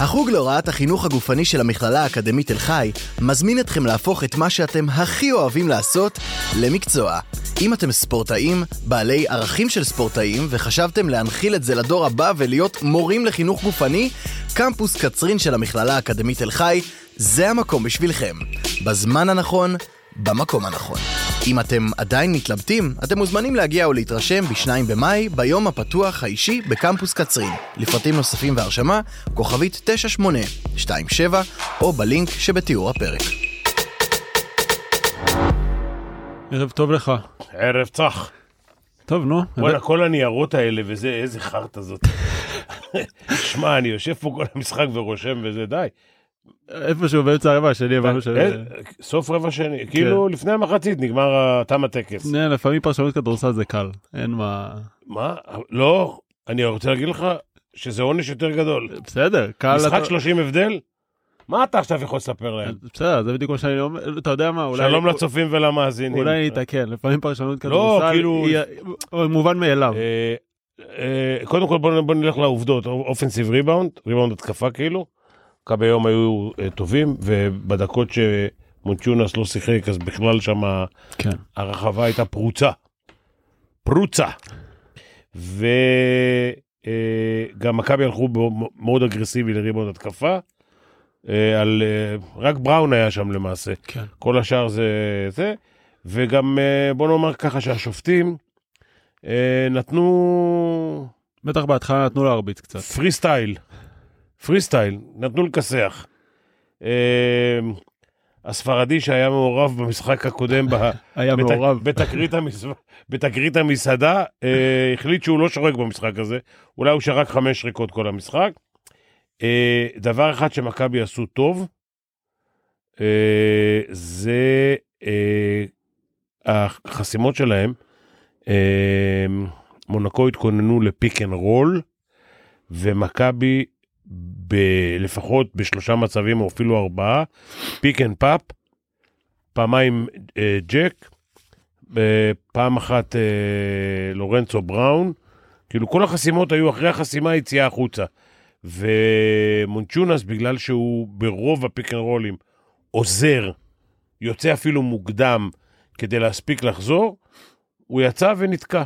החוג להוראת החינוך הגופני של המכללה האקדמית תל חי מזמין אתכם להפוך את מה שאתם הכי אוהבים לעשות למקצוע. אם אתם ספורטאים, בעלי ערכים של ספורטאים, וחשבתם להנחיל את זה לדור הבא ולהיות מורים לחינוך גופני, קמפוס קצרין של המכללה האקדמית תל חי, זה המקום בשבילכם. בזמן הנכון, במקום הנכון. אם אתם עדיין מתלבטים, אתם מוזמנים להגיע או להתרשם ב-2 במאי, ביום הפתוח האישי בקמפוס קצרין. לפרטים נוספים והרשמה, כוכבית 9827, או בלינק שבתיאור הפרק. ערב טוב לך. ערב צח. טוב, נו. וואלה, כל הניירות האלה וזה, איזה חרטא זאת. שמע, אני יושב פה כל המשחק ורושם וזה, די. איפשהו באמצע הרבע השני הבנו ש... אה, סוף רבע שני, כן. כאילו לפני המחצית נגמר תם הטקס. נה, לפעמים פרשנות כדורסל זה קל, אין מה... מה? לא, אני רוצה להגיד לך שזה עונש יותר גדול. בסדר, קל... משחק אתה- 30 הבדל? מה אתה עכשיו יכול לספר להם? בסדר, זה בדיוק מה שאני אומר, אתה יודע מה, אולי... שלום לצופים ולמאזינים. אולי אני אתקן, לפעמים פרשנות לא, כדורסל כאילו- היא היא מובן מאליו. אה, אה, קודם כל בוא, נ- בוא נלך לעובדות, אופנסיב ריבאונד, ריבאונד התקפה כאילו, מכבי היום היו אה, טובים, ובדקות שמונצ'ונס לא שיחק אז בכלל שם כן. הרחבה הייתה פרוצה, פרוצה. וגם אה, מכבי הלכו ב- מאוד אגרסיבי לריבאונד התקפה, אה, על, אה, רק בראון היה שם למעשה. כן. כל השאר זה זה, וגם אה, בוא נאמר ככה שהשופטים אה, נתנו בטח בהתחלה נתנו להרביץ קצת. פרי סטייל, פרי סטייל, נתנו לכסח. אה, הספרדי שהיה מעורב במשחק הקודם ב- היה בת- מעורב. בתקרית המס- בתקרית המסעדה, אה, החליט שהוא לא שורק במשחק הזה, אולי הוא שרק חמש שריקות כל המשחק. אה, דבר אחד שמכבי עשו טוב, אה, זה אה, החסימות שלהם. אה, מונקו התכוננו לפיק אנד רול, ומכבי, ב- לפחות בשלושה מצבים או אפילו ארבעה, פיק אנד פאפ, פעמיים אה, ג'ק, אה, פעם אחת אה, לורנצו בראון, כאילו כל החסימות היו אחרי החסימה יציאה החוצה. ומונצ'ונס, בגלל שהוא ברוב הפיק אנד רולים עוזר, יוצא אפילו מוקדם כדי להספיק לחזור, הוא יצא ונתקע.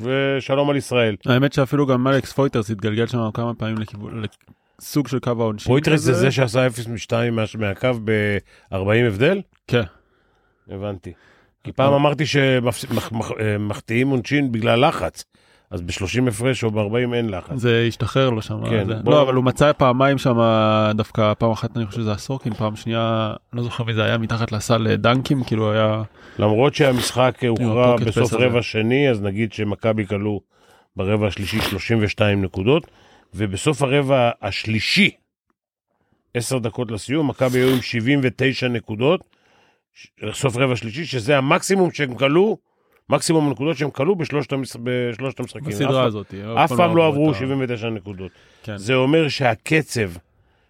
ושלום על ישראל. האמת שאפילו גם אלכס פויטרס התגלגל שם כמה פעמים לכיוון... לסוג של קו העונשין. פויטרס זה כזה. זה שעשה 0 מ-2 מהקו ב-40 הבדל? כן. הבנתי. כי פעם אמרתי שמחטיאים עונשין אה, בגלל לחץ, אז ב-30 הפרש או ב-40 אין לחץ. זה השתחרר לו שם. כן, זה. בוא- לא, אבל הוא מצא פעמיים שם, דווקא פעם אחת אני חושב שזה הסורקין, פעם שנייה, לא זוכר מי זה היה, מתחת לסל דנקים, כאילו היה... למרות שהמשחק הוכרע אה, הפוקט בסוף פס הזה. רבע שני, אז נגיד שמכבי כלו ברבע השלישי 32 נקודות, ובסוף הרבע השלישי, 10 דקות לסיום, מכבי היו עם 79 נקודות, ש- סוף רבע שלישי, שזה המקסימום שהם כלו, מקסימום הנקודות שהם כלו בשלושת המש- בשלושת המשחקים. בסדרה כן, אף- הזאת. אף פעם לא עברו את ה- 79 נקודות. כן. זה אומר שהקצב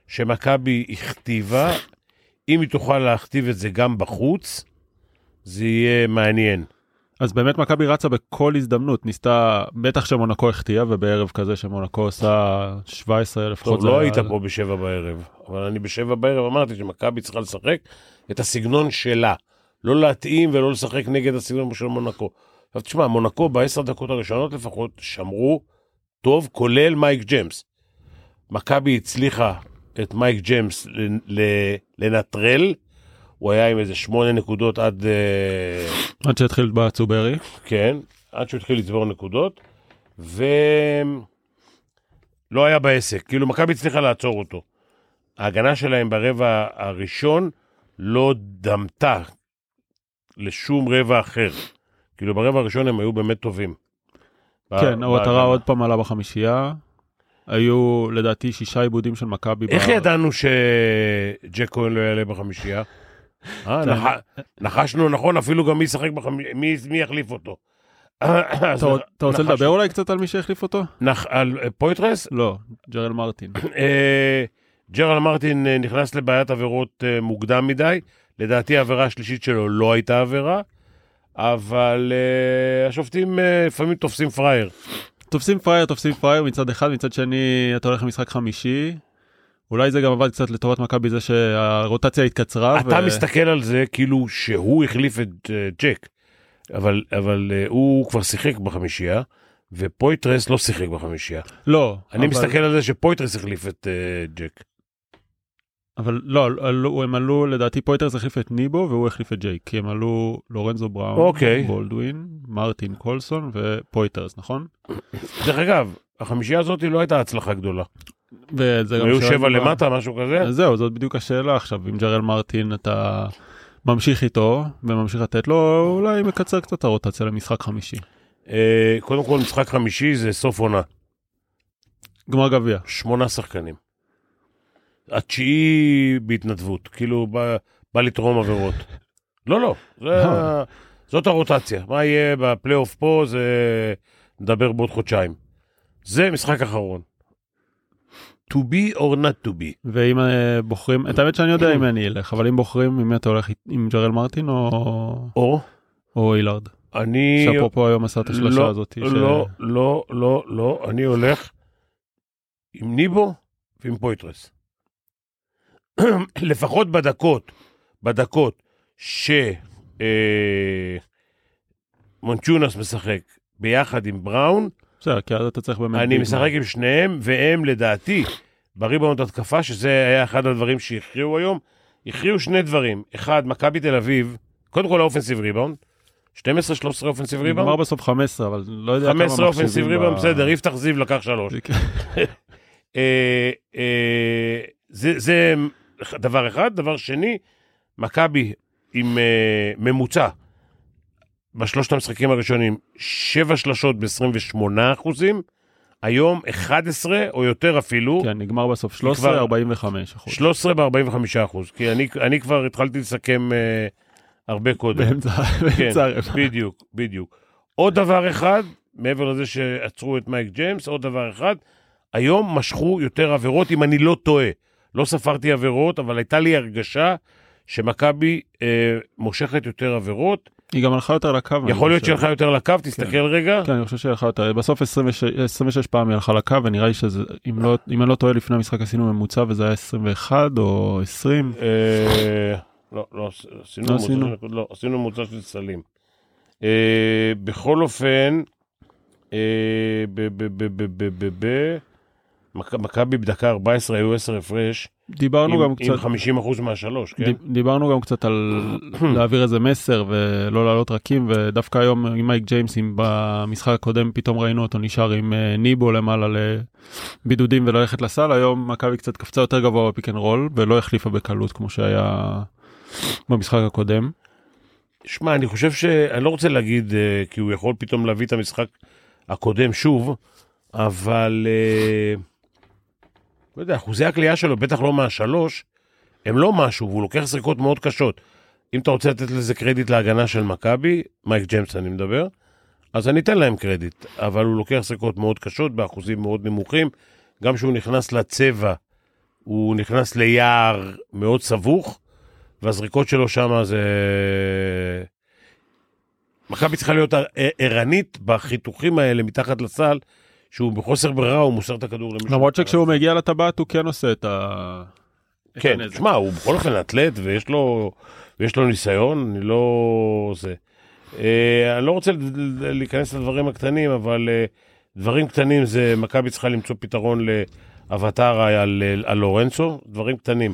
שמכבי הכתיבה, אם היא תוכל להכתיב את זה גם בחוץ, זה יהיה מעניין. אז באמת מכבי רצה בכל הזדמנות, ניסתה, בטח שמונקו החטיאה, ובערב כזה שמונקו עושה 17 לפחות. טוב, לא היית פה בשבע בערב, אבל אני בשבע בערב אמרתי שמכבי צריכה לשחק את הסגנון שלה. לא להתאים ולא לשחק נגד הסגנון של מונקו. עכשיו תשמע, מונקו בעשר דקות הראשונות לפחות שמרו טוב, כולל מייק ג'מס. מכבי הצליחה את מייק ג'מס לנ- ל- לנטרל, הוא היה עם איזה שמונה נקודות עד... אה, עד שהתחיל בצוברי. כן, עד שהוא התחיל לצבור נקודות, ולא היה בעסק. כאילו, מכבי הצליחה לעצור אותו. ההגנה שלהם ברבע הראשון לא דמתה לשום רבע אחר. כאילו, ברבע הראשון הם היו באמת טובים. כן, ב- הוואטרה בהגנה. עוד פעם עלה בחמישייה. היו לדעתי שישה עיבודים של מכבי. איך ב- ידענו שג'ק כהן לא יעלה בחמישייה? אה, אתה- נח- נחשנו נכון, אפילו גם מי ישחק בחמישייה, מי יחליף אותו. אז אתה רוצ- אתה רוצה נחש- לדבר אולי קצת על מי שהחליף אותו? נח- על אה, פויטרס? לא, ג'רל מרטין. אה, ג'רל מרטין אה, נכנס לבעיית עבירות אה, מוקדם מדי, לדעתי העבירה השלישית שלו לא הייתה עבירה, אבל אה, השופטים אה, לפעמים תופסים פראייר. תופסים פראייר, תופסים פראייר מצד אחד, מצד שני אתה הולך למשחק חמישי, אולי זה גם עבד קצת לטובת מכבי זה שהרוטציה התקצרה. אתה מסתכל על זה כאילו שהוא החליף את אה, ג'ק, אבל, אבל אה, הוא כבר שיחק בחמישייה, ופויטרס לא שיחק בחמישייה. לא. אני אבל- מסתכל על זה שפויטרס החליף את אה, ג'ק. אבל לא, עלו- הם עלו, לדעתי פויטרס החליף את ניבו והוא החליף את ג'ייק, כי הם עלו לורנזו בראון, אוקיי. בולדווין, מרטין קולסון ופויטרס, נכון? דרך אגב, החמישייה הזאת לא הייתה הצלחה גדולה. וזה גם היו שאלה שבע טובה. למטה, משהו כזה. אז זהו, זאת בדיוק השאלה עכשיו, אם ג'רל מרטין אתה ממשיך איתו וממשיך לתת לו, אולי מקצר קצת את הרוטציה למשחק חמישי. אה, קודם כל, משחק חמישי זה סוף עונה. גמר גביע. שמונה שחקנים. התשיעי בהתנדבות, כאילו בא, בא לתרום עבירות. לא, לא, זה, ה- זאת הרוטציה. מה יהיה בפלייאוף פה, זה נדבר בעוד חודשיים. זה משחק אחרון. To be or not to be. ואם אה, בוחרים, את האמת שאני כן. יודע אם אני אלך, אבל אם בוחרים, עם מי אתה הולך אית- עם ג'רל מרטין או או, או אילארד? אני... שאפרופו היום עשה את השלושה לא, הזאת. ש- לא, לא, לא, לא, אני הולך עם ניבו ועם פויטרס. לפחות בדקות, בדקות ש... אה, מונצ'ונס משחק ביחד עם בראון, בסדר, כי אז אתה צריך באמת... אני ביגמן. משחק עם שניהם, והם לדעתי בריבאונד התקפה, שזה היה אחד הדברים שהכריעו היום, הכריעו שני דברים. אחד, מכבי תל אביב, קודם כל האופנסיב ריבאונד, 12-13 אופנסיב ריבאונד. נגמר בסוף 15, אבל לא יודע כמה 15 אופנסיב מחשיבים ב- ריבאונד, בסדר, יפתח זיו לקח שלוש. זה כן. אה, אה, זה זה דבר אחד. דבר שני, מכבי עם אה, ממוצע בשלושת המשחקים הראשונים, שבע שלשות ב-28 אחוזים, היום 11 או יותר אפילו, כן, נגמר בסוף 13, כבר- 45 אחוז. 13 ב-45 אחוז, כי אני- אני כבר התחלתי לסכם אה, הרבה קודם. באמצע כן, באמצע הרבע. בדיוק, בדיוק. עוד דבר אחד, מעבר לזה שעצרו את מייק ג'יימס, עוד דבר אחד, היום משכו יותר עבירות, אם אני לא טועה. לא ספרתי עבירות, אבל הייתה לי הרגשה שמכבי אה, מושכת יותר עבירות. היא גם הלכה יותר לקו. אני יכול להיות חושב. שהלכה יותר לקו, תסתכל רגע. כן, אני חושב שהיא הלכה יותר. בסוף 26 26 פעם היא הלכה לקו, ונראה לי שזה, אם לא- אם אני לא טועה, לפני המשחק עשינו ממוצע וזה היה 21 או 20. אה, לא, לא, עש- עשינו לא ממוצע של עשינו. נקוד- לא, עשינו ממוצע של סלים. אה, בכל אופן, אה, ב- ב- ב- ב- ב- ב- ב- מכ- מכבי בדקה 14 היו 10 הפרש, דיברנו עם גם עם קצת... 50% מהשלוש, כן? דיב- דיברנו גם קצת על להעביר איזה מסר ולא לעלות רכים ודווקא היום עם מייק ג'יימס אם במשחק הקודם פתאום ראינו אותו נשאר עם אה, ניבו למעלה לבידודים וללכת לסל היום מכבי קצת קפצה יותר גבוה בפיק אנד רול ולא החליפה בקלות כמו שהיה במשחק הקודם. שמע, אני חושב ש... אני לא רוצה להגיד, אה, כי הוא יכול פתאום להביא את המשחק הקודם שוב, אבל... אה, לא יודע, אחוזי הקליעה שלו, בטח לא מהשלוש, הם לא משהו, והוא לוקח זריקות מאוד קשות. אם אתה רוצה לתת לזה קרדיט להגנה של מכבי, מייק ג'יימס אני מדבר, אז אני אתן להם קרדיט, אבל הוא לוקח זריקות מאוד קשות, באחוזים מאוד נמוכים. גם כשהוא נכנס לצבע, הוא נכנס ליער מאוד סבוך, והזריקות שלו שם זה... מכבי צריכה להיות ע- ערנית בחיתוכים האלה מתחת לסל, שהוא בחוסר ברירה, הוא מוסר את הכדור למישהו. למרות שכשהוא מגיע לטבעת הוא כן עושה את ה... את כן, הנזק. שמע, הוא בכל אופן אתלט ויש לו, ויש לו ניסיון, אני לא... זה. אה, אני לא רוצה ל- ל- להיכנס לדברים הקטנים, אבל אה, דברים קטנים זה מכבי צריכה למצוא פתרון לאבטר על, על לורנצו, דברים קטנים.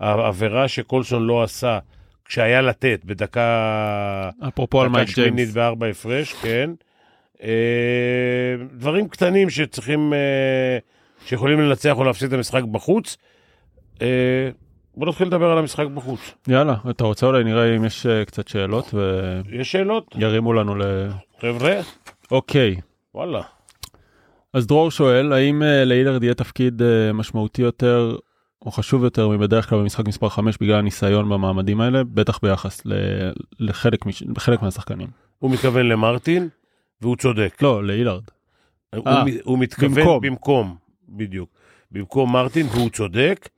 העבירה שקולסון לא עשה כשהיה לתת בדקה... אפרופו על מייק שמינית ג'יימס. בארבע הפרש, כן. אה, דברים קטנים שצריכים, אה, שיכולים לנצח או להפסיד את המשחק בחוץ. אה, בוא נתחיל לדבר על המשחק בחוץ. יאללה אתה רוצה אולי נראה אם יש אה, קצת שאלות יש שאלות? וירימו לנו ל... חבר'ה? אוקיי. וואלה. אז דרור שואל, האם אה, להילרד יהיה תפקיד אה, משמעותי יותר או חשוב יותר מבדרך כלל במשחק מספר 5 בגלל הניסיון במעמדים האלה, בטח ביחס ל- לחלק, מש... לחלק מהשחקנים. הוא מתכוון למרטין, והוא צודק. לא, להילרד. הוא, אה, מ- הוא מתכוון במקום. במקום. במקום, בדיוק. במקום מרטין, והוא צודק.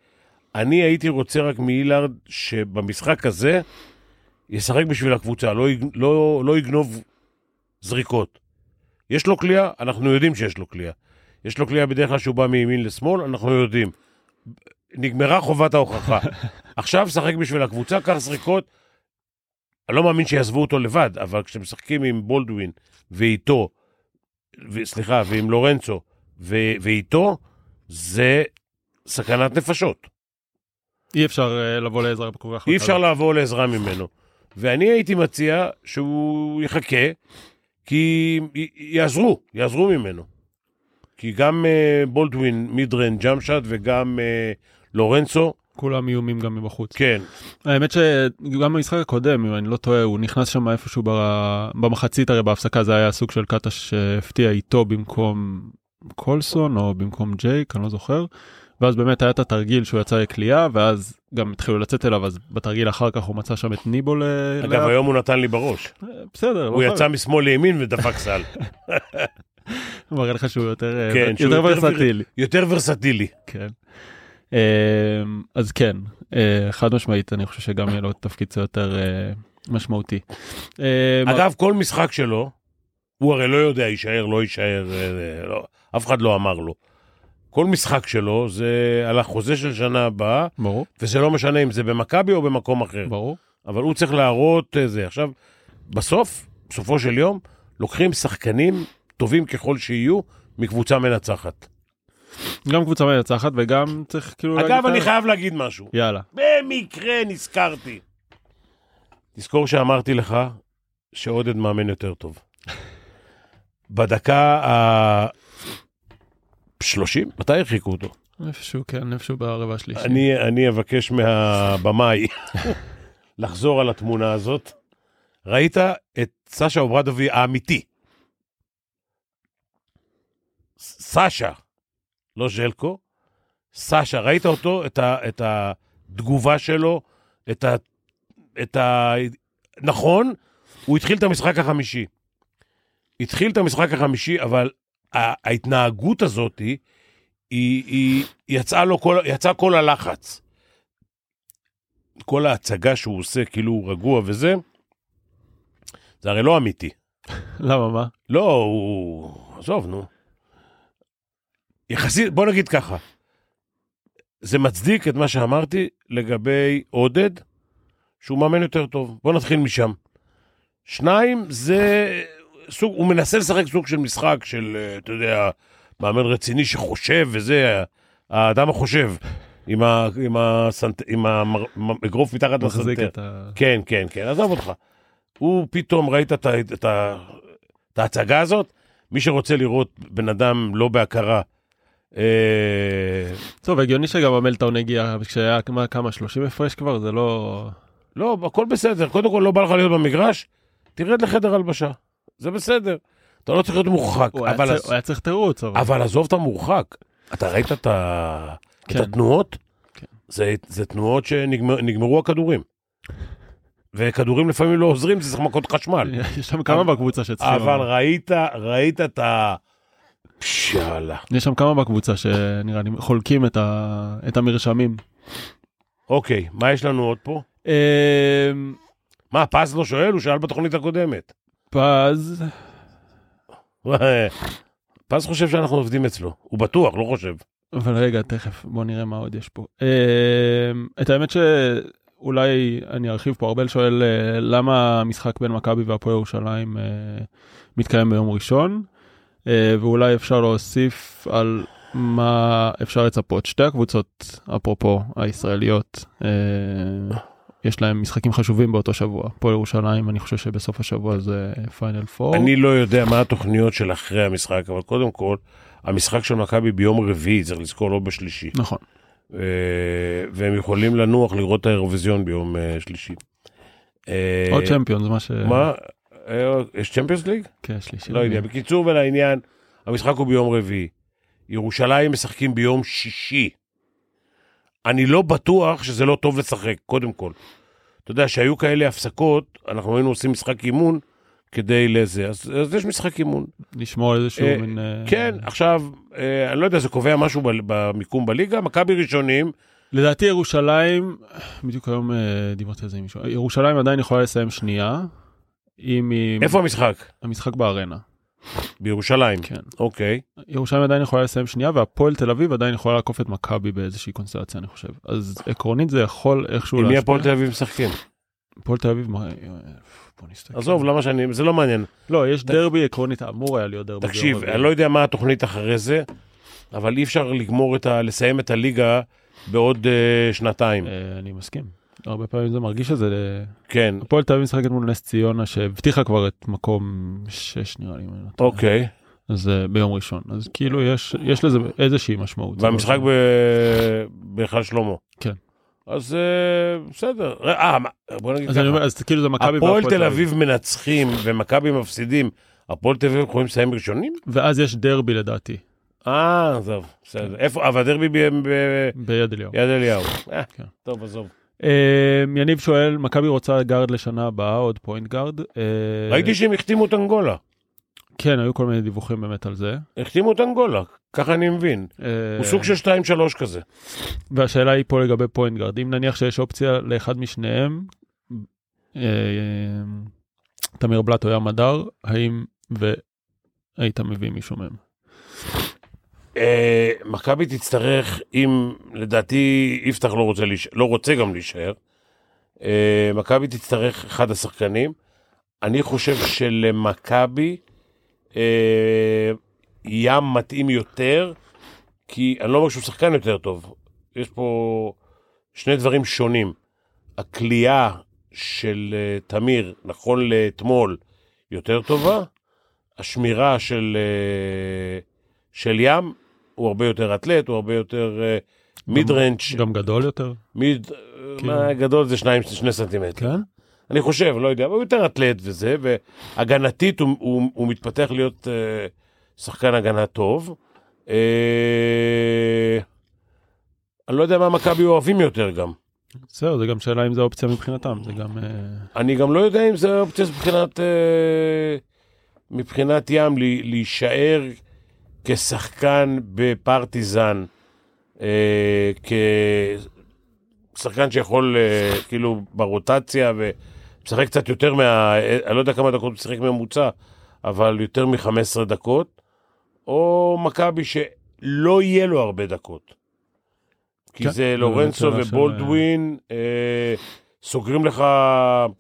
אני הייתי רוצה רק מאילארד שבמשחק הזה ישחק בשביל הקבוצה, לא, יג- לא, לא יגנוב זריקות. יש לו כליאה, אנחנו יודעים שיש לו כליאה. יש לו כליאה בדרך כלל שהוא בא מימין לשמאל, אנחנו יודעים. נגמרה חובת ההוכחה. עכשיו שחק בשביל הקבוצה, קח זריקות. אני לא מאמין שיעזבו אותו לבד, אבל כשמשחקים עם בולדווין ואיתו, ו- סליחה, ועם לורנצו ו- ואיתו, זה סכנת נפשות. אי אפשר אה, לבוא לעזרה כל כך אי בקלות. אפשר לעבור לעזרה ממנו. ואני הייתי מציע שהוא יחכה, כי י- יעזרו, יעזרו ממנו. כי גם uh, בולדווין מידרן ג'אמשאט וגם uh, לורנצו, כולם איומים גם מבחוץ. כן, האמת שגם במשחק הקודם, אם אני לא טועה, הוא נכנס שם איפשהו ב- במחצית, הרי בהפסקה זה היה סוג של קאטה שהפתיע איתו במקום קולסון או במקום ג'ייק, אני לא זוכר. ואז באמת היה את התרגיל שהוא יצא לקליעה, ואז גם התחילו לצאת אליו, אז בתרגיל אחר כך הוא מצא שם את ניבו ל... אגב לאט. היום הוא נתן לי בראש, בסדר, הוא לא יצא חייב. משמאל לימין ודפק סל, הוא מראה לך שהוא יותר אה, כן, שהוא יותר יותר ורסטילי. יותר ורסטילי. כן. אמ, אז כן, אה, חד משמעית, אני חושב שגם יהיה לו תפקיד קצת יותר אה, משמעותי. אמ, אגב, כל משחק שלו, הוא הרי לא יודע, יישאר, לא יישאר, אה, אה, לא, אף אחד לא אמר לו. כל משחק שלו זה על החוזה של שנה הבאה, ברור, וזה לא משנה אם זה במכבי או במקום אחר. ברור. אבל הוא צריך להראות אה, זה. עכשיו, בסוף, בסופו של יום, לוקחים שחקנים טובים ככל שיהיו מקבוצה מנצחת. גם קבוצה מנצחת וגם צריך כאילו... להגיד את אגב, אני האמת. חייב להגיד משהו. יאללה, במקרה נזכרתי. תזכור שאמרתי לך שעודד מאמן יותר טוב. בדקה ה... 30? מתי הרחיקו אותו? איפשהו כן, איפשהו ברבע השלישי. אני, אני אבקש מהבמאי לחזור על התמונה הזאת. ראית את סשה אוברדובי האמיתי. ס- סשה, לא ז'לקו, סשה, ראית אותו, את, ה, את התגובה שלו, את ה, את ה... נכון, הוא התחיל את המשחק החמישי. התחיל את המשחק החמישי, אבל ה- ההתנהגות הזאת היא, היא יצאה לו כל, יצא כל הלחץ. כל ההצגה שהוא עושה, כאילו הוא רגוע וזה, זה הרי לא אמיתי. למה מה? לא, הוא... עזוב, נו. יחסית, בוא נגיד ככה, זה מצדיק את מה שאמרתי לגבי עודד, שהוא מאמן יותר טוב. בוא נתחיל משם. שניים, זה סוג, הוא מנסה לשחק סוג של משחק של, אה, אתה יודע, מאמן רציני שחושב, וזה, האדם החושב, עם, ה, עם, הסנט, עם המר- האגרוף מתחת מחזיק לסנטר. את ה... כן, כן, כן, עזוב אותך. הוא פתאום, ראית את, ה- את, ה- את ההצגה הזאת? מי שרוצה לראות בן אדם לא בהכרה, אה, טוב, הגיוני שגם המלטאון הגיע כשהיה מה, כמה 30 הפרש כבר, זה לא... לא, הכל בסדר. קודם כל, לא בא לך להיות במגרש, תרד לחדר הלבשה. זה בסדר. אתה לא צריך להיות מורחק. הוא היה אבל, צריך- אז, הוא היה צריך תירוץ, אבל... אבל עזוב את המורחק. אתה ראית את, ה... כן. את התנועות? כן. זה, זה תנועות שנגמרו נגמרו הכדורים. וכדורים לפעמים לא עוזרים, זה צריך מכות חשמל. יש שם כמה בקבוצה שצריכים... אבל ראית, ראית את ה... פשאלה. יש שם כמה בקבוצה שנראה לי חולקים את, ה... את המרשמים. אוקיי, מה יש לנו עוד פה? אמ, מה, פז לא שואל? הוא שאל בתוכנית הקודמת. פז, פז חושב שאנחנו עובדים אצלו. הוא בטוח, לא חושב. אבל רגע, תכף, בוא נראה מה עוד יש פה. אמ, את האמת שאולי אני ארחיב פה, ארבל שואל אה, למה המשחק בין מכבי והפועל ירושלים אה, מתקיים ביום ראשון, אה, ואולי אפשר להוסיף על מה אפשר לצפות. שתי הקבוצות, אפרופו הישראליות, אה, יש להם משחקים חשובים באותו שבוע. הפועל ירושלים, אני חושב שבסוף השבוע זה פיינל פור. אני לא יודע מה התוכניות של אחרי המשחק, אבל קודם כל, המשחק של מכבי ביום רביעי, צריך לזכור, לא בשלישי. נכון. אה, והם יכולים לנוח לראות את האירוויזיון ביום אה, שלישי. אה, עוד צ'מפיון, זה מה ש... מה? אה, יש צ'מפיונס ליג? כן, שלישי. לא יודע. אני- בקיצור ולעניין, המשחק הוא ביום רביעי. ירושלים משחקים ביום שישי. אני לא בטוח שזה לא טוב לשחק, קודם כל. אתה יודע, שהיו כאלה הפסקות, אנחנו היינו עושים משחק אימון כדי לזה, אז, אז יש משחק אימון. לשמור על איזשהו אה, מין... אה, כן, עכשיו, אה, אני לא יודע, זה קובע משהו ב- במיקום בליגה, מכבי ראשונים, לדעתי ירושלים, בדיוק היום אה, דיברתי על זה עם מישהו, ירושלים עדיין יכולה לסיים שנייה, אם היא... איפה המשחק? המשחק בארנה. בירושלים. כן. אוקיי. ירושלים עדיין יכולה לסיים שנייה והפועל תל אביב עדיין יכולה לעקוף את מכבי באיזושהי קונסטלציה אני חושב אז עקרונית זה יכול איכשהו עם מי הפועל תל אביב משחקים? הפועל תל אביב. מה- אה, בוא נסתכל. עזוב, למה שאני... זה לא מעניין. לא יש דרבי עקרונית אמור היה להיות דרבי. תקשיב, ביום אני לא יודע מה התוכנית אחרי זה, אבל אי אפשר לגמור את ה... לסיים את הליגה בעוד אה, שנתיים. רביעי. אה, אני מסכים. הרבה פעמים זה מרגיש שזה אה, כן, הפועל תל אביב משחקת מול נס ציונה שהבטיחה כבר את מקום 6 נראה לי. אם אני לא טועה. אוקיי. אז אה, ביום ראשון אז כאילו יש יש לזה איזושהי משמעות. והמשחק ב... בהיכל שלמה. אה. כן. אז אה, בסדר. אה, מה- בוא נגיד אז אני ככה. אומר אז כאילו זה מכבי הפועל והפועל תל אביב מנצחים ומכבי מפסידים, הפועל תל אביב יכולים לסיים ראשונים? ואז יש דרבי לדעתי אה, עזוב, כן. בסדר. איפה? אבל הדרבי ב- ב- ביד אליהו. ביד אליהו. אה, כן. טוב, עזוב. אמ, יניב שואל, מכבי רוצה גארד לשנה הבאה, עוד פוינט גארד. אה, ראיתי שהם החתימו את אנגולה. כן, היו כל מיני דיווחים באמת על זה. החתימו את אנגולה, ככה אני מבין. אה, הוא סוג של 2-3 כזה. והשאלה היא פה לגבי פוינט גארד, אם נניח שיש אופציה לאחד משניהם, אה, תמיר בלאט או ים הדר, האם והיית מביא מישהו מהם? אה, מכבי תצטרך, אם לדעתי יפתח לא רוצה, להיש... לא רוצה גם להישאר, אה, מכבי תצטרך אחד השחקנים. אני חושב שלמכבי אה, ים מתאים יותר, כי אני לא אומר שהוא שחקן יותר טוב. יש פה שני דברים שונים. הכלייה של אה, תמיר, נכון לאתמול, יותר טובה. השמירה של... אה, של ים, הוא הרבה יותר אתלט, הוא הרבה יותר אה, מיד רנץ', גם גדול יותר? מיד, כן. מה, גדול זה שניים, שני סנטימטר. כן. אני חושב, לא יודע, אבל הוא יותר אתלט וזה, והגנתית הוא, הוא, הוא מתפתח להיות אה, שחקן הגנה טוב. אה, אני לא יודע מה מכבי אוהבים יותר גם. זהו, זה גם שאלה אם זו אופציה מבחינתם, זה גם... אה, אני גם לא יודע אם זה אופציה מבחינת, אה, מבחינת ים לי, להישאר כשחקן בפרטיזן, אה, כשחקן שיכול אה, כאילו ברוטציה ומשחק קצת יותר מה... אה, אני לא יודע כמה דקות הוא משחק ממוצע, אבל יותר מ-15 דקות, או מכבי שלא יהיה לו הרבה דקות. כי כן, זה זו לורנצו שאלה של- ובולדווין, אה, סוגרים לך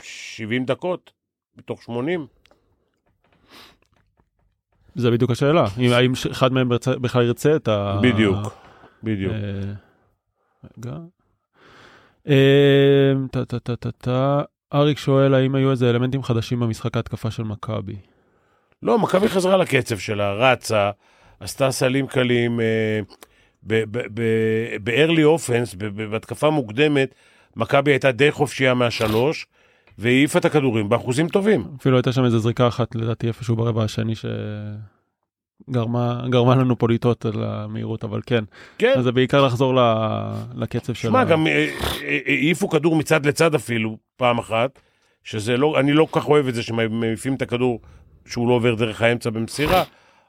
70 דקות מתוך 80. זה בדיוק השאלה, אם- האם ש- אחד מהם ברצה- בכלל ירצה את ה... בדיוק, בדיוק. אה, רגע. אה, טה טה טה טה טה. אריק שואל האם היו איזה אלמנטים חדשים במשחק ההתקפה של מכבי. לא, מכבי חזרה לקצב שלה, רצה, עשתה סלים קלים, אה, ב-early offense, ב- ב- בהתקפה מוקדמת, מכבי הייתה די חופשייה מהשלוש, והיא העיפה את הכדורים באחוזים טובים. אפילו הייתה שם איזה זריקה אחת לדעתי איפשהו ברבע השני שגרמה גרמה לנו פה לטעות על המהירות אבל כן. כן, אז זה בעיקר לחזור ל, לקצב של... שמע, ה- גם אה, אה, העיפו כדור מצד לצד אפילו, פעם אחת, שזה לא, אני לא כל כך אוהב את זה שמעיפים את הכדור שהוא לא עובר דרך האמצע במסירה,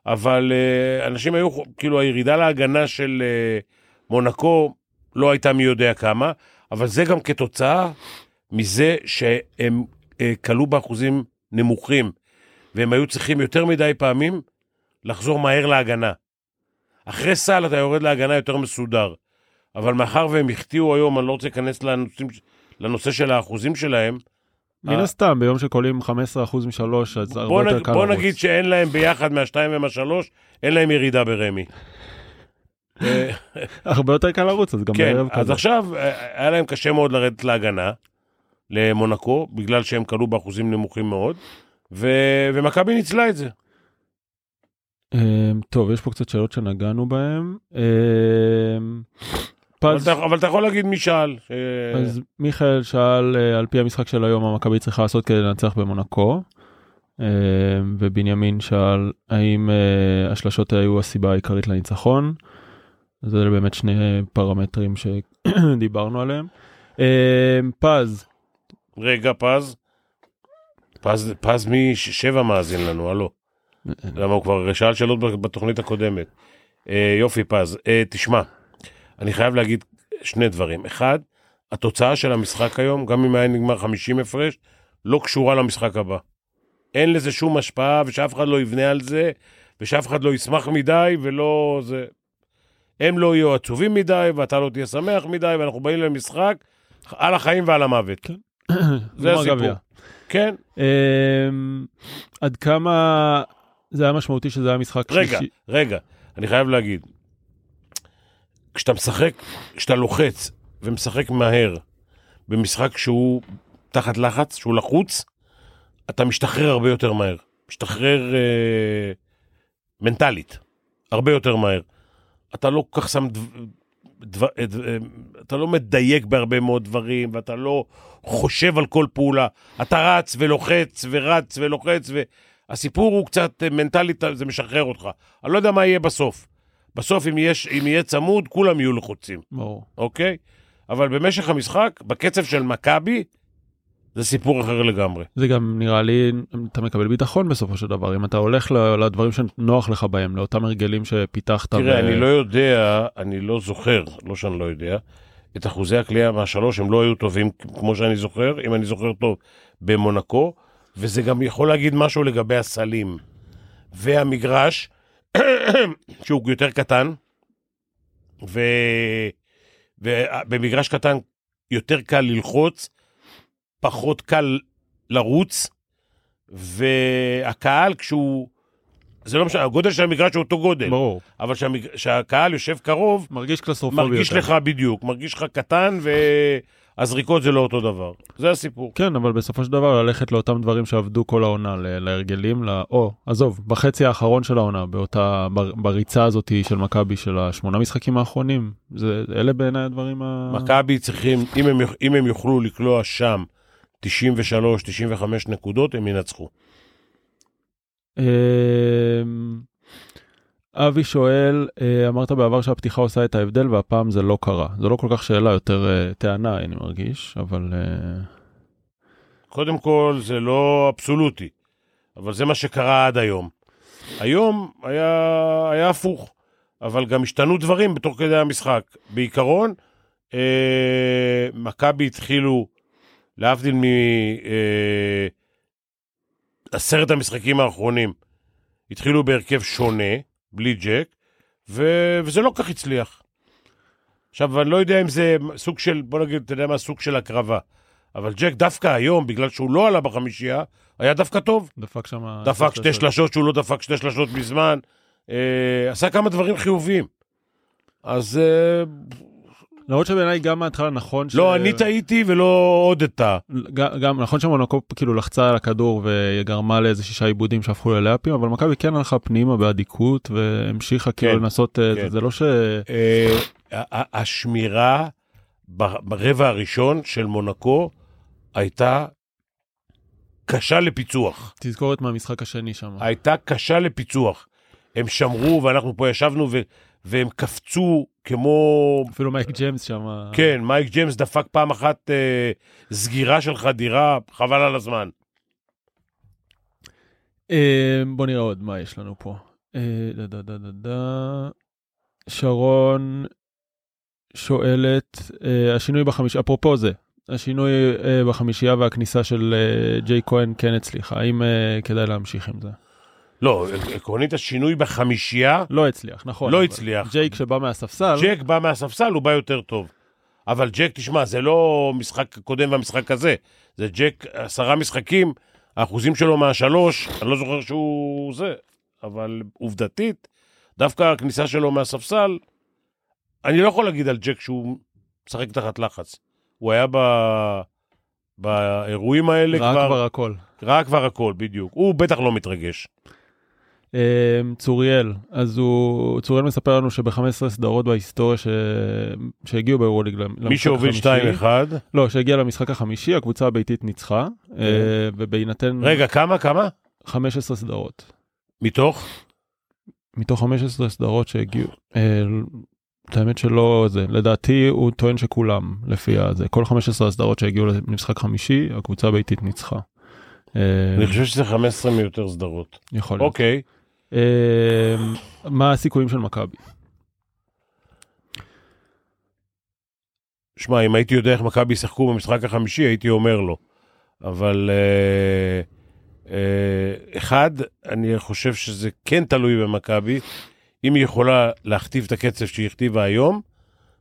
אבל אה, אנשים היו, כאילו הירידה להגנה של אה, מונקו לא הייתה מי יודע כמה, אבל זה גם כתוצאה מזה שהם אה, כלו באחוזים נמוכים, והם היו צריכים יותר מדי פעמים לחזור מהר להגנה. אחרי סל אתה יורד להגנה יותר מסודר, אבל מאחר והם החטיאו היום, אני לא רוצה להיכנס לנושאים, לנושא של האחוזים שלהם, מן אה. הסתם ביום שקולים 15% משלוש אז הרבה בוא, יותר נג, קל בוא לרוץ. נגיד שאין להם ביחד מהשתיים ומהשלוש, אין להם ירידה ברמי. אה, הרבה יותר קל לרוץ אז גם כן, בערב אז כזה. עכשיו אה, היה להם קשה מאוד לרדת להגנה, למונקו, בגלל שהם כלו באחוזים נמוכים מאוד, ו... ומכבי ניצלה את זה. אמ, טוב יש פה קצת שאלות שנגענו בהן. אמ, אבל פז אתה, אבל אתה יכול להגיד אה, מי שאל. ש... אז מיכאל שאל אה, על פי המשחק של היום מה מכבי צריכה לעשות כדי לנצח במונקו. אה, ובנימין שאל האם אה, השלשות היו הסיבה העיקרית לניצחון. זה באמת שני פרמטרים שדיברנו עליהם. אה, פז רגע, פז. פז, פז משבע מאזין לנו, הלו. אה. למה הוא כבר שאל שאלות בתוכנית הקודמת. אה, יופי, פז. אה, תשמע, אני חייב להגיד שני דברים. אחד, התוצאה של המשחק היום, גם אם היה נגמר 50 הפרש, לא קשורה למשחק הבא. אין לזה שום השפעה, ושאף אחד לא יבנה על זה, ושאף אחד לא ישמח מדי, ולא זה... הם לא יהיו עצובים מדי, ואתה לא תהיה שמח מדי, ואנחנו באים למשחק על החיים ועל המוות. כן. זה גמר הסיפור. גביע. כן, אמ, עד כמה זה היה משמעותי שזה היה משחק רגע, שלישי? רגע, אני חייב להגיד. כשאתה משחק, כשאתה לוחץ ומשחק מהר במשחק שהוא תחת לחץ, שהוא לחוץ, אתה משתחרר הרבה יותר מהר. משתחרר אה, מנטלית, הרבה יותר מהר. אתה לא כל כך שם... דו, דו, דו, אה, אתה לא מדייק בהרבה מאוד דברים, ואתה לא חושב על כל פעולה. אתה רץ ולוחץ ורץ ולוחץ, והסיפור הוא קצת אה, מנטלית, זה משחרר אותך. אני לא יודע מה יהיה בסוף. בסוף, אם, יש, אם יהיה צמוד, כולם יהיו לחוצים. ברור. אוקיי? אבל במשך המשחק, בקצב של מכבי, זה סיפור אחר לגמרי. זה גם נראה לי, אתה מקבל ביטחון בסופו של דבר, אם אתה הולך ל- לדברים שנוח לך בהם, לאותם הרגלים שפיתחת. תראה, ו- אני לא יודע, אני לא זוכר, לא שאני לא יודע, את אחוזי הכלייה מהשלוש, הם לא היו טובים כמו שאני זוכר, אם אני זוכר טוב, במונקו, וזה גם יכול להגיד משהו לגבי הסלים והמגרש, שהוא יותר קטן, ו... ובמגרש קטן יותר קל ללחוץ, פחות קל לרוץ, והקהל כשהוא... זה לא משנה, הגודל של המגרש הוא אותו גודל. ברור. אבל שהמג... שהקהל יושב קרוב, מרגיש קלסטרופובי. מרגיש יותר. לך בדיוק, מרגיש לך קטן, והזריקות זה לא אותו דבר. זה הסיפור. כן, אבל בסופו של דבר ללכת לאותם דברים שעבדו כל העונה, ל- להרגלים, ל- או, עזוב, בחצי האחרון של העונה, באותה, בר- בריצה הזאת של מכבי של השמונה משחקים האחרונים, זה, אלה בעיניי הדברים ה... מכבי צריכים, אם הם, יוכ- אם הם יוכלו לקלוע שם 93-95 נקודות, הם ינצחו. אמ, אבי שואל, אה, אמרת בעבר שהפתיחה עושה את ההבדל והפעם זה לא קרה. זה לא כל כך שאלה, יותר אה, טענה, אני מרגיש, אבל... אה, קודם כל, זה לא אבסולוטי, אבל זה מה שקרה עד היום. היום היה, היה הפוך, אבל גם השתנו דברים בתוך כדי המשחק. בעיקרון, אה, מכבי התחילו, להבדיל מעשרת אה, המשחקים האחרונים, התחילו בהרכב שונה, בלי ג'ק, ו, וזה לא כך הצליח. עכשיו, אני לא יודע אם זה סוג של, בוא נגיד, אתה יודע מה, סוג של הקרבה. אבל ג'ק דווקא היום, בגלל שהוא לא עלה בחמישייה, היה דווקא טוב. דפק שם... דפק שתי שלשות שהוא לא דפק שתי שלשות מזמן, אה, עשה כמה דברים חיוביים. אז אה, למרות שבעיניי גם מההתחלה נכון ש... לא, אני טעיתי ולא עודדת. גם, גם נכון שמונקו כאילו לחצה על הכדור וגרמה לאיזה שישה עיבודים שהפכו ללאפים, אבל מכבי כן הלכה פנימה באדיקות והמשיכה כאילו כן, לנסות, אה, כן. זה- זה לא ש... אה, ה- ה- השמירה ב- ברבע הראשון של מונקו הייתה קשה לפיצוח. תזכורת מהמשחק השני שם. הייתה קשה לפיצוח. הם שמרו, ואנחנו פה ישבנו, ו- והם קפצו כמו אפילו מייק ג'יימס שם. כן, מייק ג'יימס דפק פעם אחת אה, סגירה של חדירה, חבל על הזמן. אה, בוא נראה עוד מה יש לנו פה. אה, דה דה דה דה דה. שרון שואלת, אה, השינוי בחמישייה, אפרופו זה, השינוי אה, בחמישייה והכניסה של אה, ג'יי כהן כן הצליחה, האם אה, כדאי להמשיך עם זה? לא, עקרונית השינוי בחמישייה, לא הצליח, נכון. לא אבל הצליח. ג'ייק שבא מהספסל, ג'ק בא מהספסל, הוא בא יותר טוב. אבל ג'ק, תשמע, זה לא משחק קודם והמשחק הזה. זה ג'ק, עשרה משחקים, האחוזים שלו מהשלוש, אני לא זוכר שהוא זה, אבל עובדתית, דווקא הכניסה שלו מהספסל, אני לא יכול להגיד על ג'ק שהוא משחק תחת לחץ. הוא היה ב... באירועים האלה ראה כבר... כבר הכל. ראה כבר הכל, בדיוק. הוא בטח לא מתרגש. אה, צוריאל, אז הוא, צוריאל מספר לנו שב-15 סדרות בהיסטוריה ש... שהגיעו באירוליג למשחק מי שהוביל החמישי- 2-1... לא, שהגיע למשחק החמישי, הקבוצה הביתית ניצחה, אה, ובהינתן כן. רגע, כמה? כמה? 15 סדרות. מתוך? כן. מתוך 15 סדרות שהגיעו, אה, את האמת שלא זה, לדעתי הוא טוען שכולם, לפי הזה, כל 15 הסדרות שהגיעו למשחק חמישי, הקבוצה הביתית ניצחה. אה, אני חושב שזה 15 מיותר סדרות. יכול להיות. אוקיי. אה, מה הסיכויים של מכבי? שמע, אם הייתי יודע איך מכבי ישחקו במשחק החמישי, הייתי אומר לו. אבל אה, אה, אחד, אני חושב שזה כן תלוי במכבי, אם היא יכולה להכתיב את הקצב שהיא הכתיבה היום,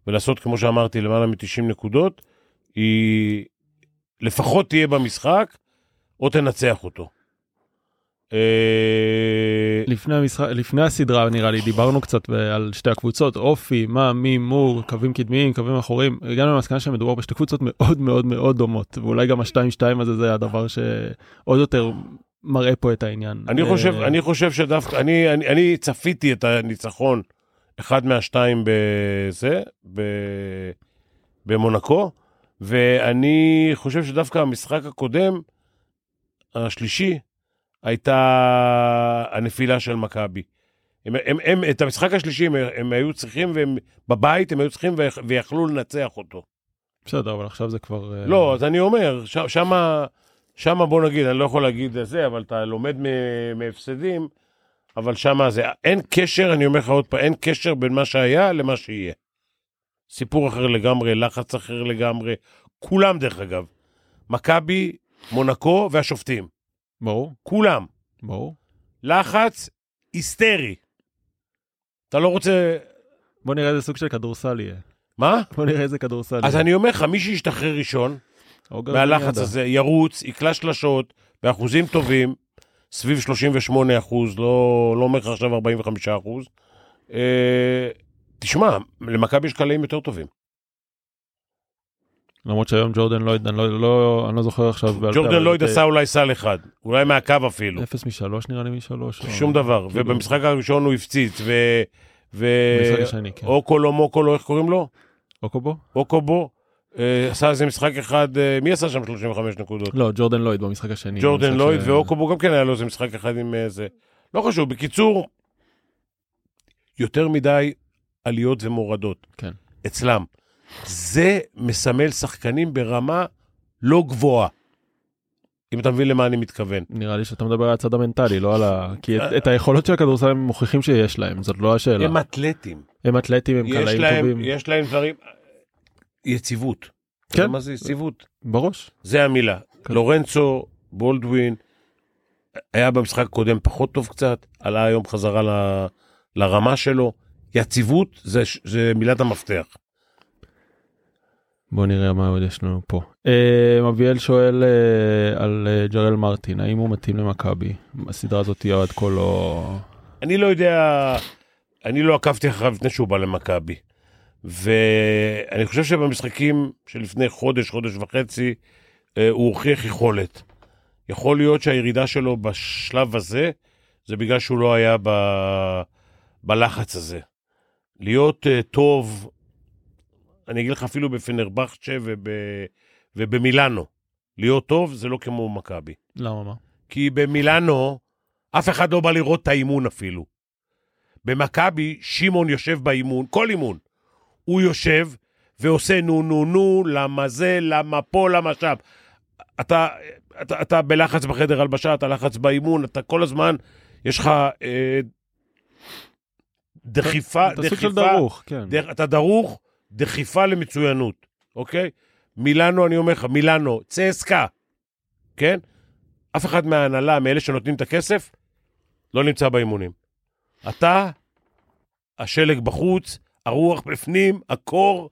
ולעשות, כמו שאמרתי, למעלה מ-90 נקודות, היא לפחות תהיה במשחק, או תנצח אותו. אה, לפני, המשחק, לפני הסדרה נראה לי דיברנו קצת ב- על שתי הקבוצות אופי מה מי מור קווים קדמיים קווים אחוריים הגענו למסקנה שמדובר בשתי קבוצות מאוד מאוד מאוד דומות ואולי גם השתיים שתיים הזה זה הדבר שעוד יותר מראה פה את העניין. אני חושב, אה, אני חושב שדווקא, אני, אני, אני צפיתי את הניצחון, אחד מהשתיים בזה, ב, במונקו, ואני חושב שדווקא המשחק הקודם, השלישי, הייתה הנפילה של מכבי. הם, הם, הם, את המשחק השלישי הם, הם היו צריכים, והם בבית הם היו צריכים ויכ- ויכלו לנצח אותו. בסדר אבל עכשיו זה כבר אה, לא, אז אני אומר, ש- שמה, שמה בוא נגיד, אני לא יכול להגיד את זה, אבל אתה לומד מ- מהפסדים, אבל שמה זה, אין קשר, אני אומר לך עוד פעם, אין קשר בין מה שהיה למה שיהיה. סיפור אחר לגמרי, לחץ אחר לגמרי, כולם דרך אגב. מכבי, מונקו והשופטים, ברור כולם. ברור לחץ היסטרי. אתה לא רוצה... בוא נראה איזה סוג של כדורסל יהיה מה? בוא נראה איזה כדורסל אז יהיה. אוקיי, אני אומר לך, מי שישתחרר ראשון, אוגר מהלחץ ומיאדה. הזה, ירוץ, יקלע שלשות, באחוזים טובים, סביב 38 אחוז, לא לא אומר לך עכשיו 45 אחוז. אה, תשמע, למכבי יש קלעים יותר טובים. למרות שהיום ג'ורדן לויד אני לא, לא אני לא זוכר עכשיו בעל פה, ג'ורדן אבל לויד זה- עשה אולי סל אחד, אולי מהקו אפילו, אפס משלוש נראה לי משלוש או- שום דבר. כאילו- ובמשחק הראשון הוא הפציץ, ו... ו- במשחק השני כן אוקו לא מוקו לא, איך קוראים לו? אוקובו אוקו בו. אה, עשה איזה משחק אחד, אה, מי עשה שם 35 נקודות? לא, ג'ורדן לויד במשחק השני. ג'ורדן במשחק לויד ש- ואוקובו גם כן היה לו איזה משחק אחד עם אה, זה. לא חשוב, בקיצור, יותר מדי עליות ומורדות. כן. אצלם. זה מסמל שחקנים ברמה לא גבוהה. אם אתה מבין למה אני מתכוון. נראה לי שאתה מדבר על הצד המנטלי, לא על ה... כי את, את היכולות של הכדורסל הם מוכיחים שיש להם, זאת לא השאלה. הם אתלטים. הם אתלטים, הם יש קלעים להם, טובים. יש להם דברים... יציבות. אתה כן. יודע מה זה יציבות? בראש. זה המילה. כן. לורנצו, בולדווין, היה במשחק הקודם פחות טוב קצת, עלה היום חזרה ל, לרמה שלו. יציבות זה, ש- זה מילת המפתח. בוא נראה מה עוד יש לנו פה. אה, אביאל שואל אה, על אה, ג'רל מרטין, האם הוא מתאים למכבי? הסדרה הזאת היא עד כה לא... אני לא יודע, אני לא עקבתי אחריו לפני שהוא בא למכבי. ואני חושב שבמשחקים שלפני חודש, חודש וחצי, אה, הוא הוכיח יכולת. יכול להיות שהירידה שלו בשלב הזה, זה בגלל שהוא לא היה ב... בלחץ הזה. להיות אה, טוב, אני אגיד לך אפילו בפנרבכצ'ה וב... ובמילאנו, להיות טוב זה לא כמו מכבי. למה מה? כי במילאנו אף אחד לא בא לראות את האימון אפילו. במכבי, שמעון יושב באימון, כל אימון. הוא יושב ועושה נו נו נו, למה זה, למה פה, למה שם. אתה, אתה, אתה בלחץ בחדר הלבשה, אתה לחץ באימון, אתה כל הזמן, יש לך אה, דחיפה, אתה סוג של אה, דחיפה, דרוך, כן. דרך, אתה דרוך, דחיפה למצוינות, אוקיי? מילאנו, אני אומר לך, מילאנו, צסקה, כן? אף אחד מההנהלה, מאלה שנותנים את הכסף, לא נמצא באימונים. אתה, השלג בחוץ, הרוח בפנים, הקור,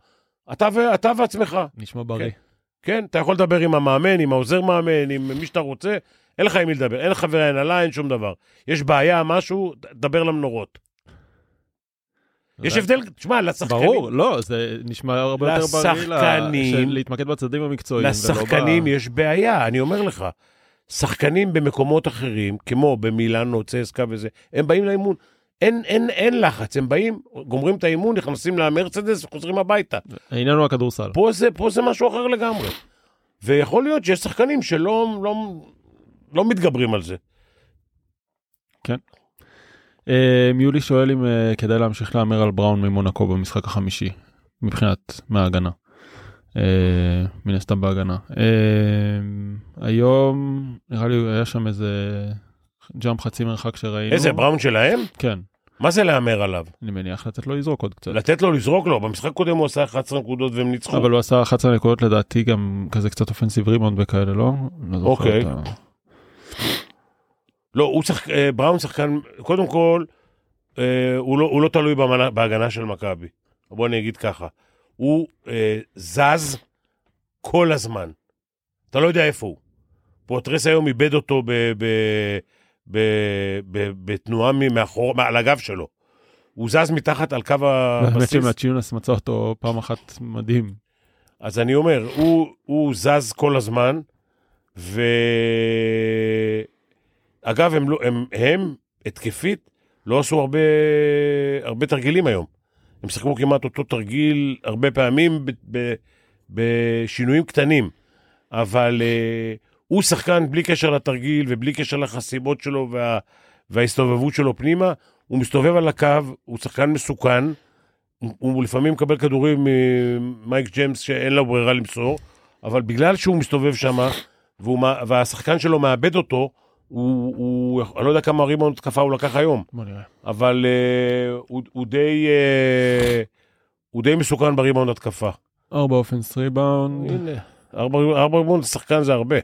אתה, ו- אתה ועצמך, נשמע בריא. כן? אתה יכול לדבר עם המאמן, עם העוזר מאמן, עם מי שאתה רוצה, אין לך עם מי לדבר, אין לך חברי הנהלה, אין שום דבר. יש בעיה, משהו, דבר למנורות. יש הבדל, תשמע, לשחקנים... ברור, לא, זה נשמע הרבה יותר בריא לשחקנים- של להתמקד בצדדים המקצועיים. לא ולא ב- לשחקנים יש בעיה, אני אומר לך. שחקנים במקומות אחרים, כמו במילאנו, צסקה וזה, הם באים לאימון. אין, אין, אין לחץ, הם באים, גומרים את האימון, נכנסים למרצדס וחוזרים הביתה. העניין הוא הכדורסל. פה זה, פה זה משהו אחר לגמרי. ויכול להיות שיש שחקנים שלא לא, לא מתגברים על זה. אה, יולי שואל אם אה, כדאי להמשיך להמר על בראון ממונקו במשחק החמישי מבחינת מההגנה. אה, מן הסתם בהגנה. אה, היום נראה לי היה שם איזה ג'אמפ חצי מרחק שראינו. איזה, בראון שלהם? כן, מה זה להמר עליו? אני מניח לתת לו לזרוק עוד קצת. לתת לו לזרוק לו, במשחק הקודם הוא עשה 11 נקודות והם ניצחו. אבל הוא עשה 11 נקודות לדעתי גם כזה קצת אופנסיב רימונד וכאלה לא? לא זוכר אוקיי. את ה- לא, הוא שחק... אה, בראון שחקן, קודם כל, אה, הוא, לא, הוא לא תלוי במנה, בהגנה של מכבי. בוא אני אגיד ככה, הוא אה, זז כל הזמן. אתה לא יודע איפה הוא. פואטרס היום איבד אותו ב, ב, ב, ב, בתנועה מאחור, מה- על הגב שלו. הוא זז מתחת על קו האמת הבסיס. שמאצ'יונס מצא אותו פעם אחת מדהים. אז אני אומר, הוא, הוא זז כל הזמן, ו... אגב, הם, לא, הם, הם התקפית לא עשו הרבה, הרבה תרגילים היום. הם שיחקו כמעט אותו תרגיל הרבה פעמים ב- ב- בשינויים קטנים, אבל אה, הוא שחקן בלי קשר לתרגיל ובלי קשר לחסימות שלו וה, וההסתובבות שלו פנימה, הוא מסתובב על הקו, הוא שחקן מסוכן, הוא, הוא לפעמים מקבל כדורים ממייק ג'יימס שאין לו ברירה למסור, אבל בגלל שהוא מסתובב שם, והשחקן שלו מאבד אותו, הוא, הוא, אני לא יודע כמה ריבון התקפה הוא לקח היום. בוא נראה. אבל אה, הוא, הוא די... אה, הוא די מסוכן בריבאונד התקפה. ארבע אופנס ריבאונד, הנה, ארבע ארבע ריבאונד שחקן זה הרבה.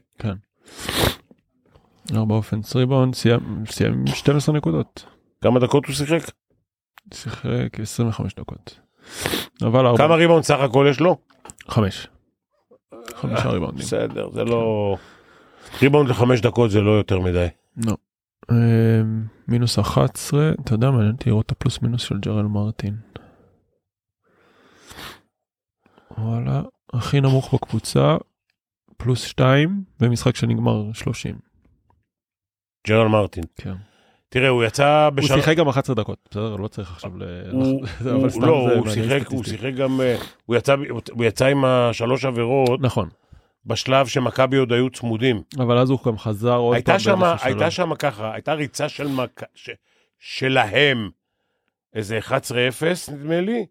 ארבע אופנס ריבאונד, סיים סיים עם 12 נקודות. כמה דקות הוא שיחק? שיחק 25 דקות. אבל ארבע, כמה ריבאונד סך הכל יש לו? חמש. חמישה ריבאונדים. אה, בסדר, זה לא... ריבאונד לחמש דקות זה לא יותר מדי. לא. אה, מינוס 11, אתה יודע, מעניין אותי לראות את הפלוס מינוס של ג'רל מרטין. וואלה, הכי נמוך בקבוצה, פלוס 2, במשחק שנגמר 30. ג'רל מרטין. כן. תראה, הוא יצא הוא בשל... שיחק גם 11 דקות, בסדר? לא צריך עכשיו ל... הוא- זה- אבל הוא- סתם לא, זה הוא מעניין שיחק, הוא סטטיסטית. שיחק גם, אה, הוא יצא, הוא יצא עם השלוש עבירות נכון, בשלב שמכבי עוד היו צמודים. אבל אז הוא גם חזר עוד פעם. הייתה שם, באיזשהו שלב. הייתה שם ככה, הייתה ריצה של מק... ש... שלהם, איזה 11-0 נדמה לי,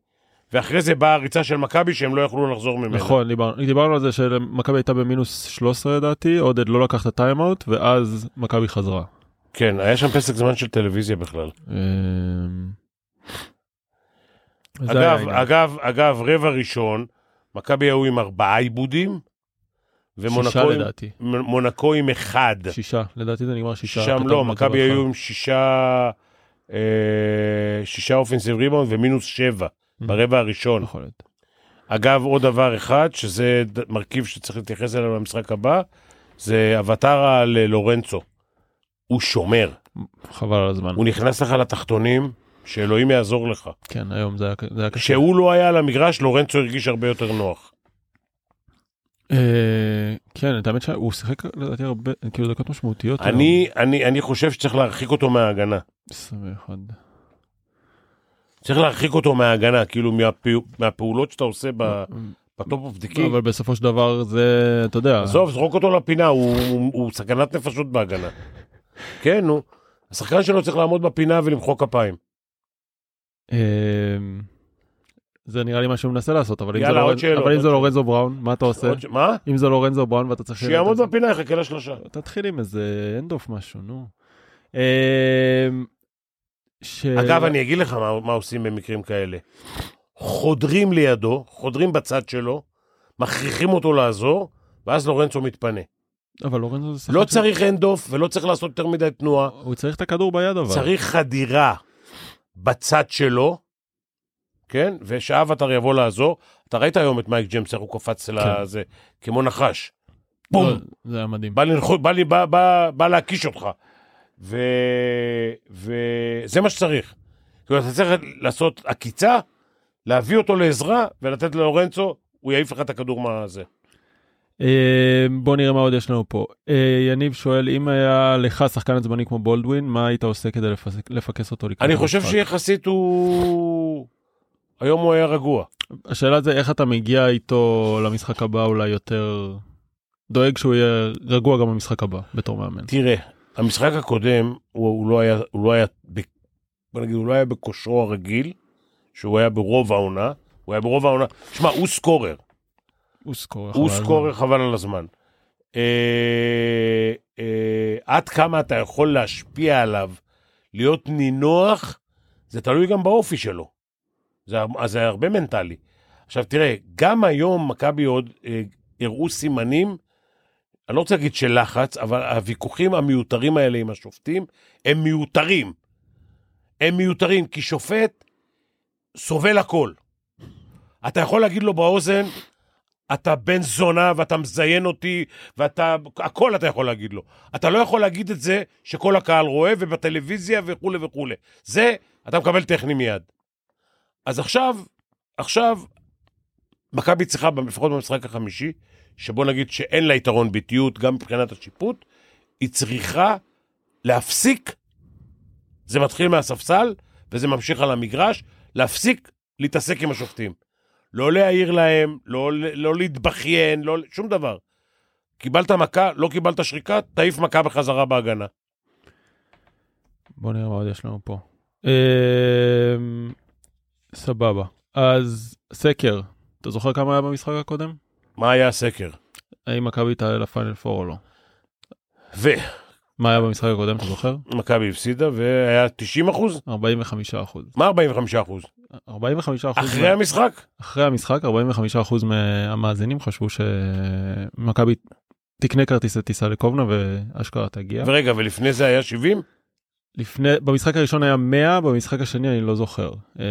ואחרי זה באה הריצה של מכבי שהם לא יכלו לחזור ממנה. נכון, דיברנו, דיברנו על זה שמכבי הייתה במינוס 13 לדעתי, עודד לא לקח את הטיימאוט, ואז מכבי חזרה. כן, היה שם פסק זמן של טלוויזיה בכלל. אמ, זה היה אגב, העניין. אגב, אגב, רבע ראשון, מכבי היו עם ארבעה עיבודים, שישה ומונקו עם- לדעתי. מונקו עם אחד. שישה, לדעתי זה נגמר שישה. שם כתבנו לא, את זה מכבי בהתחלה. היו עם שישה, אה, שישה אופנסיב ריבאונד ומינוס שבע ברבע הראשון. יכול להיות. אגב, עוד דבר אחד, שזה ד- מרכיב שצריך להתייחס אליו במשחק הבא, זה אבטרה על אה, לורנצו. הוא שומר, חבל על הזמן. הוא נכנס לך לתחתונים, שאלוהים יעזור לך. כן, היום זה היה זה היה קשה. כשהוא לא היה על המגרש, לורנצו הרגיש הרבה יותר נוח. אה, כן, את האמת שהוא שיחק לדעתי הרבה, כאילו דקות משמעותיות. היום. אני, אני, אני חושב שצריך להרחיק אותו מההגנה. 21. צריך להרחיק אותו מההגנה, כאילו מהפעו- מהפעולות שאתה עושה ב- בטופ אוף דיקי. אבל בסופו של דבר זה, אתה יודע, עזוב, זרוק אותו לפינה, הוא, הוא, הוא סכנת נפשות בהגנה. כן, נו. השחקן שלו צריך לעמוד בפינה ולמחוא כפיים. אה, זה נראה לי מה שהוא מנסה לעשות, אבל אם זה יאללה, עוד לורנ- שאלות, אבל אם עוד זה לורנזו בראון, מה אתה עושה? עוד ש- מה? אם זה לורנזו בראון ואתה צריך... שיעמוד בפינה, יחכה לשלושה. תתחיל עם איזה אנדוף משהו, נו. אה, ש- אגב, אני אגיד לך מה, מה עושים במקרים כאלה. חודרים לידו, חודרים בצד שלו, מכריחים אותו לעזור, ואז לורנצו מתפנה. אבל לורנזו זה שחקן... לא ש- צריך אין דוף ולא צריך לעשות יותר מדי תנועה, הוא צריך את הכדור ביד אבל. צריך חדירה בצד שלו, כן? ושאב אתר יבוא לעזור. אתה ראית היום את מייק ג'מס, איך הוא קפץ לזה, כמו נחש. לא, בום, זה היה מדהים. בא, לנחות, בא, לי- בא, בא, בא להקיש אותך. ו- וזה מה שצריך. כאילו, אתה צריך לעשות עקיצה, להביא אותו לעזרה ולתת ללורנצו, הוא יעיף לך את הכדור מהזה. אה, בוא נראה מה עוד יש לנו פה. אה, יניב שואל, אם היה לך שחקן עצבני כמו בולדווין, מה היית עושה כדי לפס- לפקס אותו לקראת אני חושב המשחק? שיחסית הוא... היום הוא היה רגוע. השאלה זה איך אתה מגיע איתו למשחק הבא אולי יותר... דואג שהוא יהיה רגוע גם במשחק הבא, בתור מאמן. תראה, המשחק הקודם, הוא, הוא לא היה, הוא לא היה, ב, בוא נגיד, הוא לא היה בכושרו הרגיל, שהוא היה ברוב העונה, הוא היה ברוב העונה, שמע, הוא סקורר. הוא סקורר. חבל הוא על סקורר הזמן. חבל על הזמן. אה, אה, עד כמה אתה יכול להשפיע עליו, להיות נינוח, זה תלוי גם באופי שלו. זה, הר- אז זה הרבה מנטלי. עכשיו תראה, גם היום מכבי עוד אה, הראו סימנים אני לא רוצה להגיד של לחץ, אבל הוויכוחים המיותרים האלה עם השופטים, הם מיותרים. הם מיותרים, כי שופט סובל הכל. אתה יכול להגיד לו באוזן, אתה בן זונה ואתה מזיין אותי, ואתה... הכל אתה יכול להגיד לו. אתה לא יכול להגיד את זה שכל הקהל רואה, ובטלוויזיה וכולי וכולי. זה, אתה מקבל טכני מיד. אז עכשיו, עכשיו, מכבי צריכה, לפחות במשחק החמישי, שבוא נגיד שאין לה יתרון ביטיות, גם מבחינת השיפוט, היא צריכה להפסיק, זה מתחיל מהספסל וזה ממשיך על המגרש, להפסיק להתעסק עם השופטים. לא להעיר להם, לא, לא להתבכיין, לא, שום דבר. קיבלת מכה, לא קיבלת שריקה, תעיף מכה בחזרה בהגנה. בוא נראה מה עוד יש לנו פה. אמ, סבבה. אז סקר, אתה זוכר כמה היה במשחק הקודם? מה היה הסקר? האם מכבי תעלה לפיינל 4 או לא? ומכבי מה היה במשחק הקודם, אתה זוכר? הפסידה והיה 90 אחוז? 45 אחוז. מה 45 אחוז? 45 אחוז. אחרי המשחק? אחרי המשחק 45% מהמאזינים חשבו שמכבי תקנה כרטיסי טיסה לקובנה ואשכרה תגיע. ו... ורגע, ולפני זה היה 70? לפני, במשחק הראשון היה 100, במשחק השני אני לא זוכר. אה,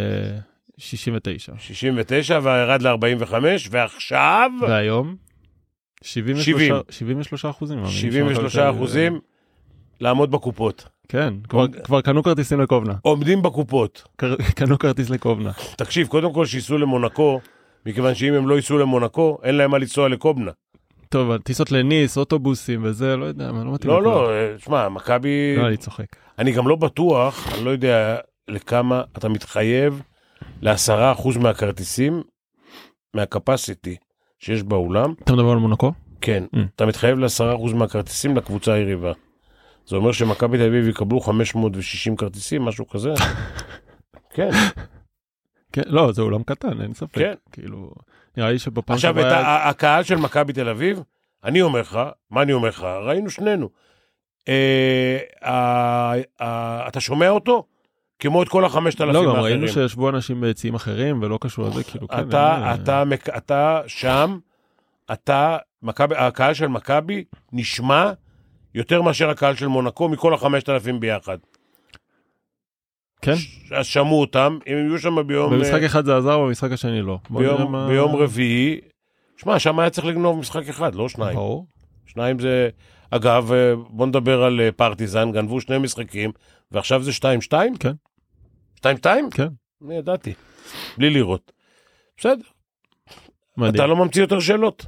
69. 69 וירד ל-45, ועכשיו והיום? 73, 70. 73 אחוזים. מאמינים 73 שמכבי תל אביב- אחוזים לעמוד בקופות. אה, כן, כבר, כבר קנו כרטיסים לקובנה. עומדים בקופות. קר- קנו כרטיס לקובנה. תקשיב, קודם כל שייסעו למונקו, מכיוון שאם הם לא ייסעו למונקו, אין להם מה לנסוע לקובנה. טוב, טיסות לניס, אוטובוסים וזה, לא יודע, מה, לא מתאים. לא, לכולם. לא, אה, שמע, מכבי... לא, אני צוחק. אני גם לא בטוח, אני לא יודע לכמה אתה מתחייב לעשרה אחוז מהכרטיסים, מהקפסיטי שיש באולם. אתה מדבר על מונקו? כן, Mm. אתה מתחייב לעשרה אחוז מהכרטיסים לקבוצה היריבה. זה אומר שמכבי תל אביב יקבלו 560 כרטיסים, משהו כזה. כן, כן, לא, זה אולם קטן, אין ספק. כן. כאילו, נראה לי שבפעם עכשיו שעברה את היה- ה- הקהל של מכבי תל אביב, אני אומר לך, מה אני אומר לך? ראינו שנינו. אה, ה- ה- אתה שומע אותו? כמו את כל החמשת אלפים לא, האחרים. גם ראינו שישבו אנשים ביציעים אחרים ולא קשור לזה, כאילו, כן. אתה, אין- אתה, מק- אתה שם, אתה, מכבי- הקהל של מכבי נשמע יותר מאשר הקהל של מונקו מכל החמשת אלפים ביחד. כן? ש- אז שמעו אותם, אם הם יהיו שם ביום, במשחק אה, אחד זה עזר, במשחק השני לא. בוא נראה ביום, מה- ביום רביעי, שמע, שם היה צריך לגנוב משחק אחד, לא שניים. ברור. שניים זה, אגב, אה, בוא נדבר על אה, פרטיזן, גנבו שני משחקים, ועכשיו זה 2-2? כן. 2-2? כן. אני ידעתי, בלי לראות. בסדר, אתה מדהים. לא ממציא יותר שאלות.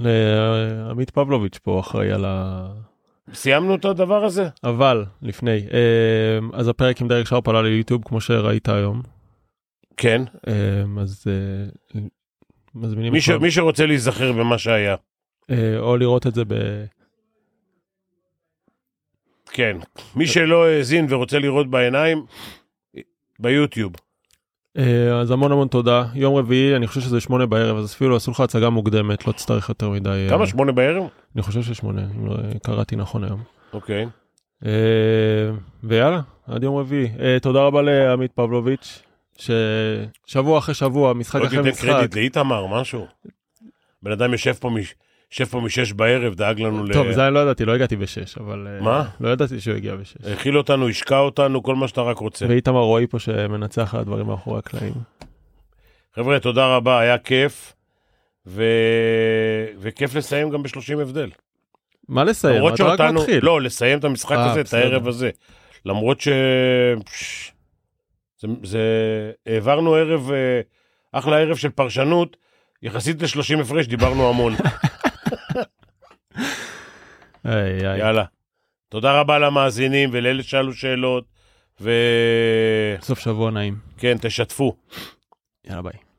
לא- ל- עמית פבלוביץ' פה אחראי על ה... סיימנו את הדבר הזה? אבל, לפני, אמ, אז הפרק עם דרק שרפ עלה ליוטיוב, כמו שראית היום, כן. אמ, אז אה, מזמינים... מי, את ש... כולם, מי שרוצה להיזכר במה שהיה, אה, או לראות את זה ב... כן. מי שלא האזין ורוצה לראות בעיניים, ביוטיוב. אה, אז המון המון תודה. יום רביעי, אני חושב שזה שמונה בערב, אז אפילו עשו לך הצגה מוקדמת, לא תצטרך יותר מדי... אה, כמה? שמונה בערב? אני חושב ששמונה, אם לא קראתי נכון היום. אוקיי. אה, ויאללה, עד יום רביעי. אה, תודה רבה לעמית פבלוביץ', ששבוע אחרי שבוע, משחק לא אחרי תיתן משחק. קרדיט לאיתמר, משהו. בן אדם יושב פה, מש... יושב פה משש בערב, דאג לנו ל... טוב, זה אני לא ידעתי, לא הגעתי בשש, אבל... אה, מה? אה, לא ידעתי שהוא הגיע בשש. האכיל אותנו, השקע אותנו, כל מה שאתה רק רוצה. ואיתמר רועי פה שמנצח על הדברים מאחורי הקלעים. חבר'ה, תודה רבה, היה כיף. ו... וכיף לסיים גם ב-30 הבדל. מה לסיים? למרות אתה רק שאותנו... מתחיל. לא, לסיים את המשחק אה, הזה, את בסדר. הערב הזה. למרות ש... פש, זה, זה... העברנו ערב, אה, אחלה ערב של פרשנות, יחסית ל-30 הפרש דיברנו המון. איי, איי. יאללה. תודה רבה למאזינים ולאלה שאלו שאלות, וכן, סוף שבוע נעים. תשתפו. יאללה ביי.